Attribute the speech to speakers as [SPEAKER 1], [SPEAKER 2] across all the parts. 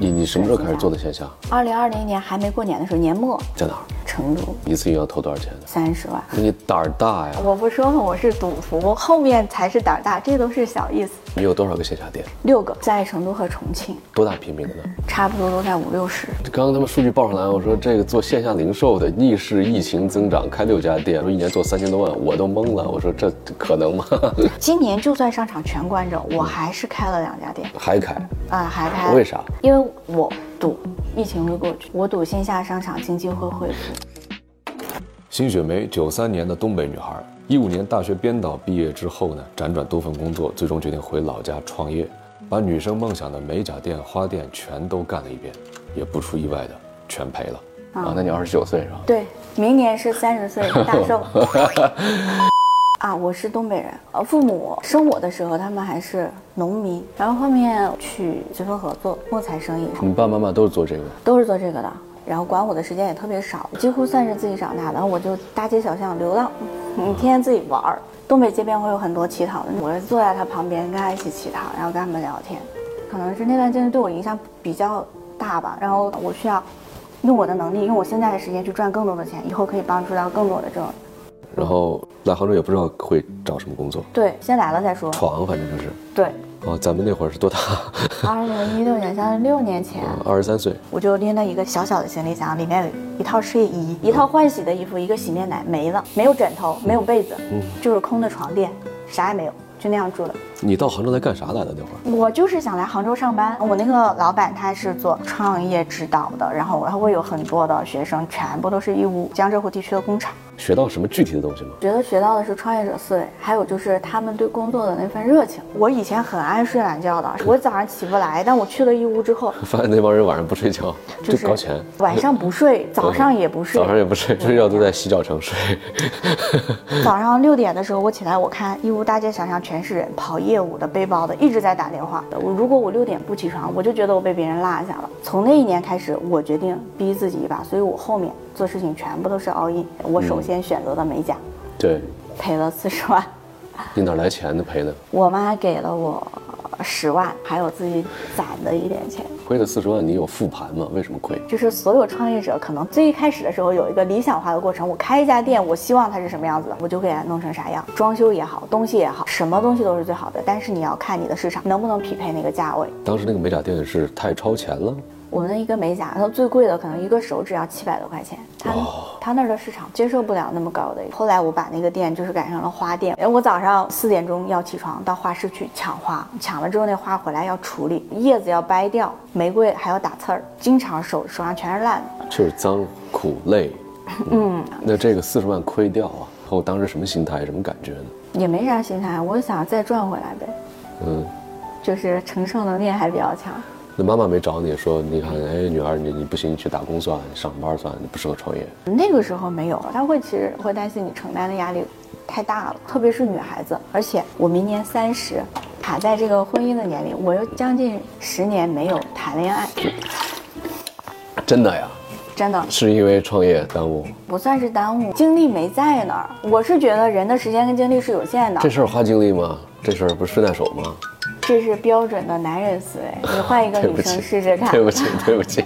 [SPEAKER 1] 你你什么时候开始做的线下？
[SPEAKER 2] 二零二零年还没过年的时候，年末
[SPEAKER 1] 在哪儿？
[SPEAKER 2] 成都
[SPEAKER 1] 一次性要投多少钱呢？
[SPEAKER 2] 三十万。
[SPEAKER 1] 那你胆儿大呀！
[SPEAKER 3] 我不说嘛，我是赌徒，后面才是胆儿大，这都是小意思。
[SPEAKER 1] 你有多少个线下店？
[SPEAKER 2] 六个在成都和重庆，
[SPEAKER 1] 多大平米的呢？
[SPEAKER 2] 差不多都在五六十。
[SPEAKER 1] 刚刚他们数据报上来，我说这个做线下零售的逆势疫情增长，开六家店，说一年做三千多万，我都懵了。我说这可能吗？
[SPEAKER 2] 今年就算商场全关着，我还是开了两家店，
[SPEAKER 1] 还开？
[SPEAKER 2] 啊、还开。
[SPEAKER 1] 为啥？
[SPEAKER 2] 因为我赌疫情会过去，我赌线下商场经济会恢复。
[SPEAKER 4] 辛雪梅，九三年的东北女孩，一五年大学编导毕业之后呢，辗转多份工作，最终决定回老家创业，把女生梦想的美甲店、花店全都干了一遍，也不出意外的全赔了。
[SPEAKER 1] 啊，那你二十九岁是 吧？
[SPEAKER 2] 对，明年是三 十岁大寿。 啊，我是东北人，呃，父母生我的时候他们还是农民，然后后面去学分合作木材生意，
[SPEAKER 1] 你爸爸妈妈都是做这个，
[SPEAKER 2] 都是做这个的，然后管我的时间也特别少，几乎算是自己长大的。然后我就大街小巷流浪，嗯，天天自己玩儿。东北街边会有很多乞讨的，我是坐在他旁边跟他一起乞讨，然后跟他们聊天。可能是那段经历对我影响比较大吧，然后我需要用我的能力，用我现在的时间去赚更多的钱，以后可以帮助到更多的这种。
[SPEAKER 4] 然后来杭州也不知道会找什么工作，
[SPEAKER 2] 对，先来了再说。
[SPEAKER 4] 闯，反正就是。
[SPEAKER 2] 对，
[SPEAKER 4] 哦，咱们那会儿是多大？
[SPEAKER 2] 二零一六年，相当于六年前。
[SPEAKER 4] 二十三岁。
[SPEAKER 2] 我就拎了一个小小的行李箱，里面有一套睡衣、一套换洗的衣服、一个洗面奶，没了，没有枕头，没有被子，就是空的床垫，啥也没有，就那样住了。
[SPEAKER 4] 你到杭州来干啥来了？那会儿
[SPEAKER 2] 我就是想来杭州上班，我那个老板他是做创业指导的，然后他会有很多的学生，全部都是义乌江浙沪地区的工厂。
[SPEAKER 1] 学到什么具体的东西吗？
[SPEAKER 2] 觉得学到的是创业者思维，还有就是他们对工作的那份热情。我以前很爱睡懒觉的，我早上起不来，但我去了义乌之后，
[SPEAKER 1] 发现那帮人晚上不睡觉，
[SPEAKER 2] 就
[SPEAKER 1] 就是搞钱，
[SPEAKER 2] 晚上不睡，早上也不 睡
[SPEAKER 1] 早，上也不睡，睡觉都在洗脚城睡。
[SPEAKER 2] 早上六点的时候，我起来，我看义乌大街小巷全是人，跑业务的、背包的，一直在打电话。我如果我六点不起床，我就觉得我被别人落下了。从那一年开始，我决定逼自己一把，所以我后面做事情全部都是 all in。我首先选择的美甲，
[SPEAKER 1] 对，
[SPEAKER 2] 赔了四十万，
[SPEAKER 1] 你哪来钱的赔的？
[SPEAKER 2] 我妈给了我十万，还有自己攒的一点钱。
[SPEAKER 1] 亏了四十万，你有复盘吗？为什么亏？
[SPEAKER 2] 就是所有创业者可能最开始的时候有一个理想化的过程，我开一家店，我希望它是什么样子的，我就给它弄成啥样，装修也好，东西也好，什么东西都是最好的。但是你要看你的市场能不能匹配那个价位。
[SPEAKER 1] 当时那个美甲店是太超前了，
[SPEAKER 2] 我们的一个美甲，它最贵的可能一个手指要七百多块钱，他他那儿的市场接受不了那么高的。后来我把那个店就是改成了花店，哎，我早上四点钟要起床到花市去抢花，抢了之后那花回来要处理，叶子要掰掉，玫瑰还要打刺儿，经常手手上全是烂的。
[SPEAKER 1] 就是脏、苦、累。嗯，那这个四十万亏掉啊，后当时什么心态、什么感觉呢？
[SPEAKER 2] 也没啥心态，我想再赚回来呗，
[SPEAKER 1] 嗯，
[SPEAKER 2] 就是承受能力还比较强。
[SPEAKER 1] 那妈妈没找你说，你看，哎，女儿你你不行，你去打工算，你上班算，你不适合创业。
[SPEAKER 2] 那个时候没有，他会其实会担心你承担的压力太大了，特别是女孩子。而且我明年三十，卡在这个婚姻的年龄，我又将近十年没有谈恋爱，
[SPEAKER 1] 真的呀？
[SPEAKER 2] 真的
[SPEAKER 1] 是因为创业耽误？
[SPEAKER 2] 不算是耽误，精力没在那儿。我是觉得人的时间跟精力是有限的
[SPEAKER 1] 这，事儿花精力吗？这事儿不是顺带手吗？
[SPEAKER 2] 这是标准的男人思维。你换一个
[SPEAKER 1] 对
[SPEAKER 2] 女
[SPEAKER 1] 不起，
[SPEAKER 2] 生试试看
[SPEAKER 1] 对。不起，对不 起。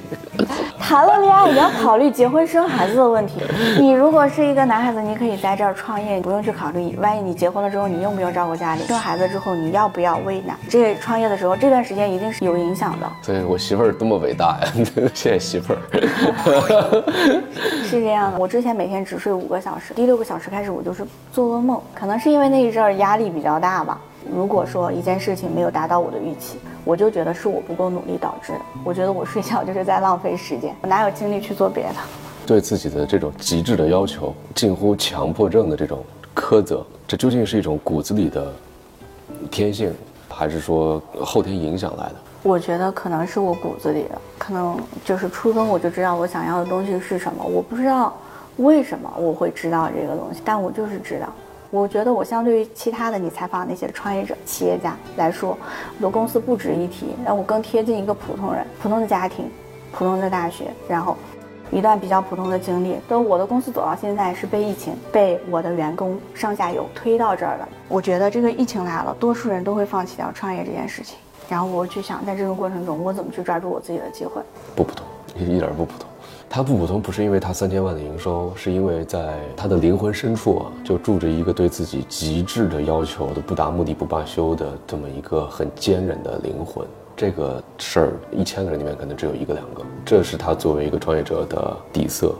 [SPEAKER 2] 谈了恋爱，你要考虑结婚生孩子的问题。你如果是一个男孩子，你可以在这儿创业，你不用去考虑，万一你结婚了之后，你用不用照顾家里？生孩子之后，你要不要喂奶？这创业的时候，这段时间一定是有影响的，
[SPEAKER 1] 所以我媳妇儿多么伟大呀！ 谢谢媳妇儿。
[SPEAKER 2] 是这样的。我之前每天只睡五个小时，第六个小时开始我就是做噩梦，可能是因为那一阵儿压力比较大吧。如果说一件事情没有达到我的预期，我就觉得是我不够努力导致的。我觉得我睡觉就是在浪费时间，我哪有精力去做别的？
[SPEAKER 1] 对自己的这种极致的要求，近乎强迫症的这种苛责，这究竟是一种骨子里的天性，还是说后天影响来的？
[SPEAKER 2] 我觉得可能是我骨子里的，可能就是初中我就知道我想要的东西是什么，我不知道为什么我会知道这个东西，但我就是知道。我觉得我相对于其他的你采访那些创业者、企业家来说，我的公司不值一提，让我更贴近一个普通人、普通的家庭、普通的大学，然后一段比较普通的经历。但我的公司走到现在是被疫情、被我的员工上下游推到这儿的。我觉得这个疫情来了，多数人都会放弃掉创业这件事情。然后我去想，在这个过程中，我怎么去抓住我自己的机会？
[SPEAKER 1] 不普通，一一点儿不普通。它不普通，不是因为它三千万的营收，是因为在它的灵魂深处啊，就住着一个对自己极致的要求的、不达目的不罢休的这么一个很坚韧的灵魂。这个事儿，一千个人里面可能只有一个两个，这是他作为一个创业者的底色。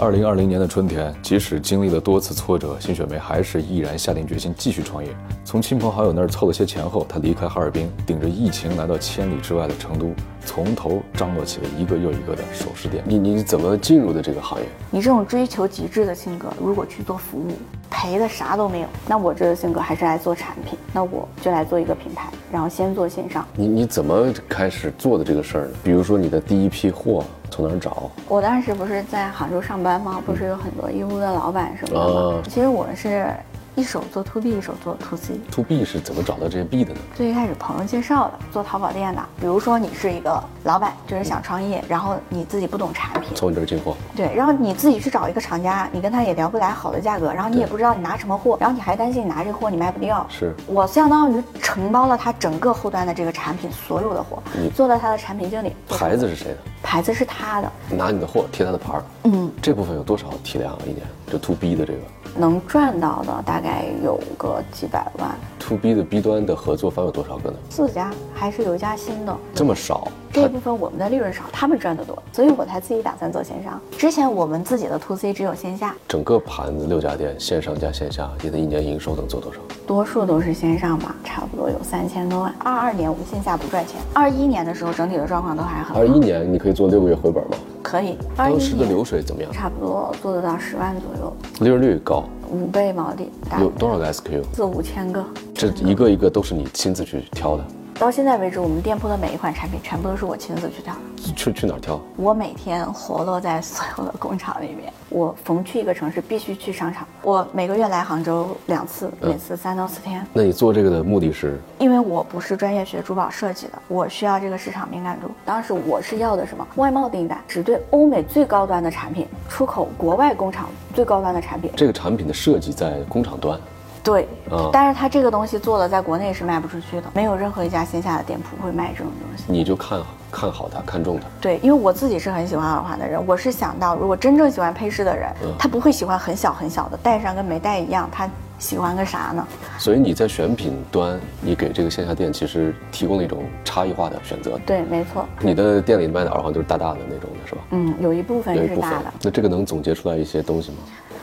[SPEAKER 4] 二零二零年的春天，即使经历了多次挫折，辛雪梅还是毅然下定决心继续创业。从亲朋好友那儿凑了些钱后，她离开哈尔滨，顶着疫情来到千里之外的成都，从头张罗起了一个又一个的首饰店。
[SPEAKER 1] 你你怎么进入的这个行业？
[SPEAKER 2] 你这种追求极致的性格，如果去做服务，赔的啥都没有。那我这个性格还是来做产品，那我就来做一个品牌，然后先做线上。
[SPEAKER 1] 你你怎么开始做的这个事儿呢？比如说你的第一批货从哪儿找？
[SPEAKER 2] 我当时不是在杭州上班吗？不是有很多义乌的老板什么的吗？
[SPEAKER 1] 啊
[SPEAKER 2] 其实我是一手做 to B，一手做 to C。
[SPEAKER 1] to B 是怎么找到这些 B 的呢？
[SPEAKER 2] 最一开始朋友介绍的，做淘宝店的。比如说你是一个老板，就是想创业，然后你自己不懂产品，
[SPEAKER 1] 从你这儿进货，
[SPEAKER 2] 对，然后你自己去找一个厂家，你跟他也聊不来好的价格，然后你也不知道你拿什么货，然后你还担心你拿这货你卖不掉。
[SPEAKER 1] 是
[SPEAKER 2] 我相当于承包了他整个后端的这个产品所有的货，做到他的产品经理。做
[SPEAKER 1] 牌子是谁的？
[SPEAKER 2] 牌子是他的，
[SPEAKER 1] 拿你的货贴他的牌儿，
[SPEAKER 2] 嗯，
[SPEAKER 1] 这部分有多少体量啊？一年就 to B 的这个
[SPEAKER 2] 能赚到的大概有个几百万。
[SPEAKER 1] to B 的 B 端的合作方有多少个呢？
[SPEAKER 2] 四家还是有一家新的，
[SPEAKER 1] 这么少，
[SPEAKER 2] 这部分我们的利润少，他们赚得多，所以我才自己打算做线上。之前我们自己的 to C 只有线下，
[SPEAKER 1] 整个盘子六家店，线上加线下，现在一年营收能做多少？
[SPEAKER 2] 多数都是线上吧，差不多有三千多万。二二年我们线下不赚钱，二一年的时候整体的状况都还很
[SPEAKER 1] 二一年你可以做六个月回本吗？
[SPEAKER 2] 可以。二
[SPEAKER 1] 当
[SPEAKER 2] 一
[SPEAKER 1] 时的流
[SPEAKER 2] 年
[SPEAKER 1] 水怎么样？
[SPEAKER 2] 差不多做得到十万左右，
[SPEAKER 1] 利润率高，
[SPEAKER 2] 五倍毛利，大概
[SPEAKER 1] 有多少个 SKU？
[SPEAKER 2] 四五千个。
[SPEAKER 1] 这一个一个都是你亲自去挑的，
[SPEAKER 2] 到现在为止，我们店铺的每一款产品全部都是我亲自去挑的。
[SPEAKER 1] 去去哪儿挑？
[SPEAKER 2] 我每天活络在所有的工厂里面。我逢去一个城市，必须去商场。我每个月来杭州两次，
[SPEAKER 1] 嗯
[SPEAKER 2] 每次三到四天。
[SPEAKER 1] 那你做这个的目的是
[SPEAKER 2] 因为我不是专业学珠宝设计的，我需要这个市场敏感度。当时我是要的什么外贸订单，只对欧美最高端的产品出口国外工厂最高端的产品。
[SPEAKER 1] 这个产品的设计在工厂端，
[SPEAKER 2] 对，
[SPEAKER 1] 嗯
[SPEAKER 2] 但是它这个东西做了，在国内是卖不出去的，没有任何一家线下的店铺会卖这种东西。
[SPEAKER 1] 你就看看好它，看中它。
[SPEAKER 2] 对，因为我自己是很喜欢耳环的人，我是想到，如果真正喜欢配饰的人，
[SPEAKER 1] 嗯
[SPEAKER 2] 他不会喜欢很小很小的，戴上跟没戴一样，他喜欢个啥呢？
[SPEAKER 1] 所以你在选品端，你给这个线下店其实提供了一种差异化的选择。
[SPEAKER 2] 对，没错，
[SPEAKER 1] 你的店里卖的耳环都是大大的那种的，是吧？
[SPEAKER 2] 嗯，有一部分
[SPEAKER 1] 有一
[SPEAKER 2] 是
[SPEAKER 1] 部分
[SPEAKER 2] 大的。。
[SPEAKER 1] 那这个能总结出来一些东西吗？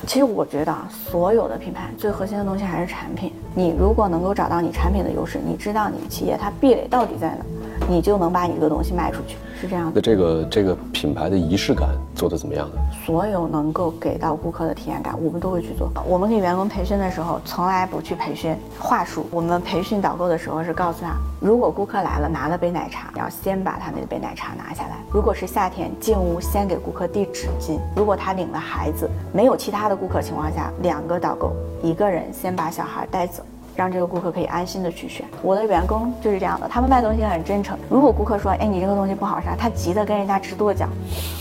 [SPEAKER 2] 其实我觉得啊，所有的品牌最核心的东西还是产品。你如果能够找到你产品的优势，你知道你企业它壁垒到底在哪，你就能把你的东西卖出去，是这样的
[SPEAKER 1] 那。这个这个品牌的仪式感做得怎么样呢？
[SPEAKER 2] 所有能够给到顾客的体验感，我们都会去做。我们给员工培训的时候，从来不去培训话术。我们培训导购的时候是告诉他，如果顾客来了拿了杯奶茶，你要先把他那杯奶茶拿下来。如果是夏天，进屋先给顾客递纸巾。如果他领了孩子，没有其他的顾客情况下，两个导购，一个人先把小孩带走。让这个顾客可以安心的去选。我的员工就是这样的，他们卖东西很真诚。如果顾客说，哎，你这个东西不好啥，他急得跟人家直跺脚，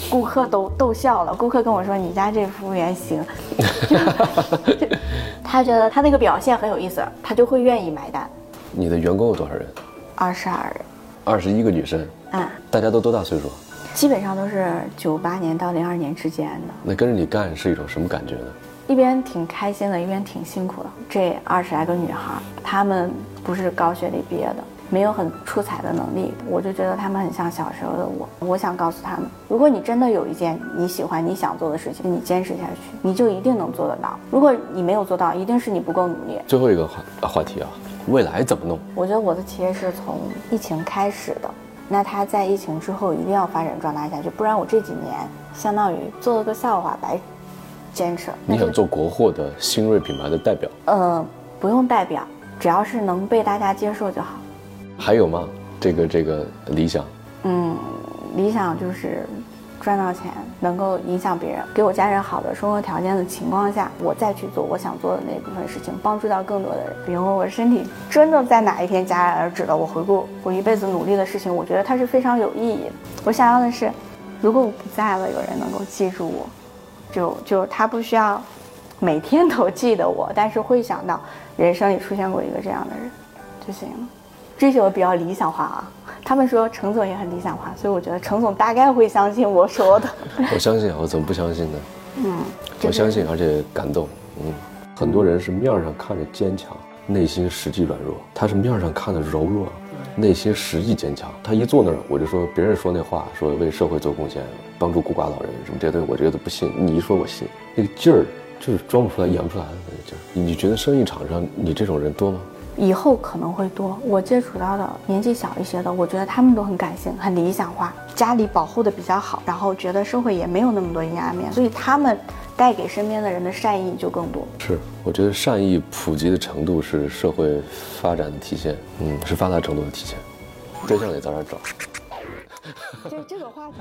[SPEAKER 2] 顾客都逗笑了。顾客跟我说，你家这服务员行， 就就他觉得他那个表现很有意思，他就会愿意买单。
[SPEAKER 1] 你的员工有多少人？
[SPEAKER 2] 二十二人，
[SPEAKER 1] 二十一个女生，
[SPEAKER 2] 嗯，
[SPEAKER 1] 大家都多大岁数？
[SPEAKER 2] 基本上都是九八年到零二年之间的。
[SPEAKER 1] 那跟着你干是一种什么感觉呢？
[SPEAKER 2] 一边挺开心的，一边挺辛苦的。这二十来个女孩儿，她们不是高学历毕业的，没有很出彩的能力，我就觉得她们很像小时候的我。我想告诉她们，如果你真的有一件你喜欢、你想做的事情，你坚持下去，你就一定能做得到。如果你没有做到，一定是你不够努力。
[SPEAKER 1] 最后一个话话题啊，未来怎么弄？
[SPEAKER 2] 我觉得我的企业是从疫情开始的，那它在疫情之后一定要发展壮大下去，不然我这几年相当于做了个笑话，白坚持了。 那
[SPEAKER 1] 你
[SPEAKER 2] 就
[SPEAKER 1] 想做国货的新锐品牌的代表，
[SPEAKER 2] 呃，不用代表，只要是能被大家接受就好。
[SPEAKER 1] 还有吗？这个这个理想，
[SPEAKER 2] 嗯，理想就是赚到钱，能够影响别人，给我家人好的生活条件的情况下，我再去做我想做的那部分事情，帮助到更多的人。比如我身体真的在哪一天戛然而止了，我回顾我一辈子努力的事情，我觉得它是非常有意义的。我想要的是，如果我不在了，有人能够记住我，就就他不需要每天都记得我，但是会想到人生里出现过一个这样的人就行了。追求的比较理想化啊。他们说程总也很理想化，所以我觉得程总大概会相信我 说的。
[SPEAKER 1] 我相信啊，我怎么不相信呢？
[SPEAKER 2] 嗯，
[SPEAKER 1] 我相信，而且感动。嗯，很多人是面儿上看着坚强，内心实际软弱；他是面儿上看的柔弱，内心实际坚强。他一坐那儿，我就说别人说那话，说为社会做贡献，帮助孤寡老人什么这些东西，我觉得不信。你一说，我信。那个劲儿就是装不出来、演不出来的那个劲儿。你你觉得生意场上你这种人多吗？
[SPEAKER 2] 以后可能会多。我接触到的年纪小一些的，我觉得他们都很感性、很理想化，
[SPEAKER 3] 家里保护的比较好，然后觉得社会也没有那么多阴暗面，所以他们带给身边的人的善意就更多。
[SPEAKER 1] 是，我觉得善意普及的程度是社会发展的体现，嗯，是发达程度的体现。对象得早点找。
[SPEAKER 3] 就这个话题。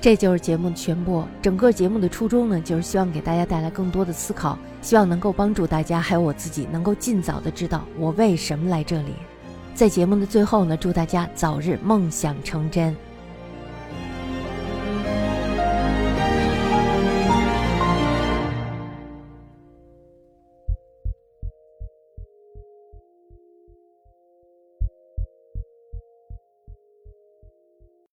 [SPEAKER 5] 这就是节目的全部。整个节目的初衷呢，就是希望给大家带来更多的思考，希望能够帮助大家，还有我自己，能够尽早的知道我为什么来这里。在节目的最后呢，祝大家早日梦想成真。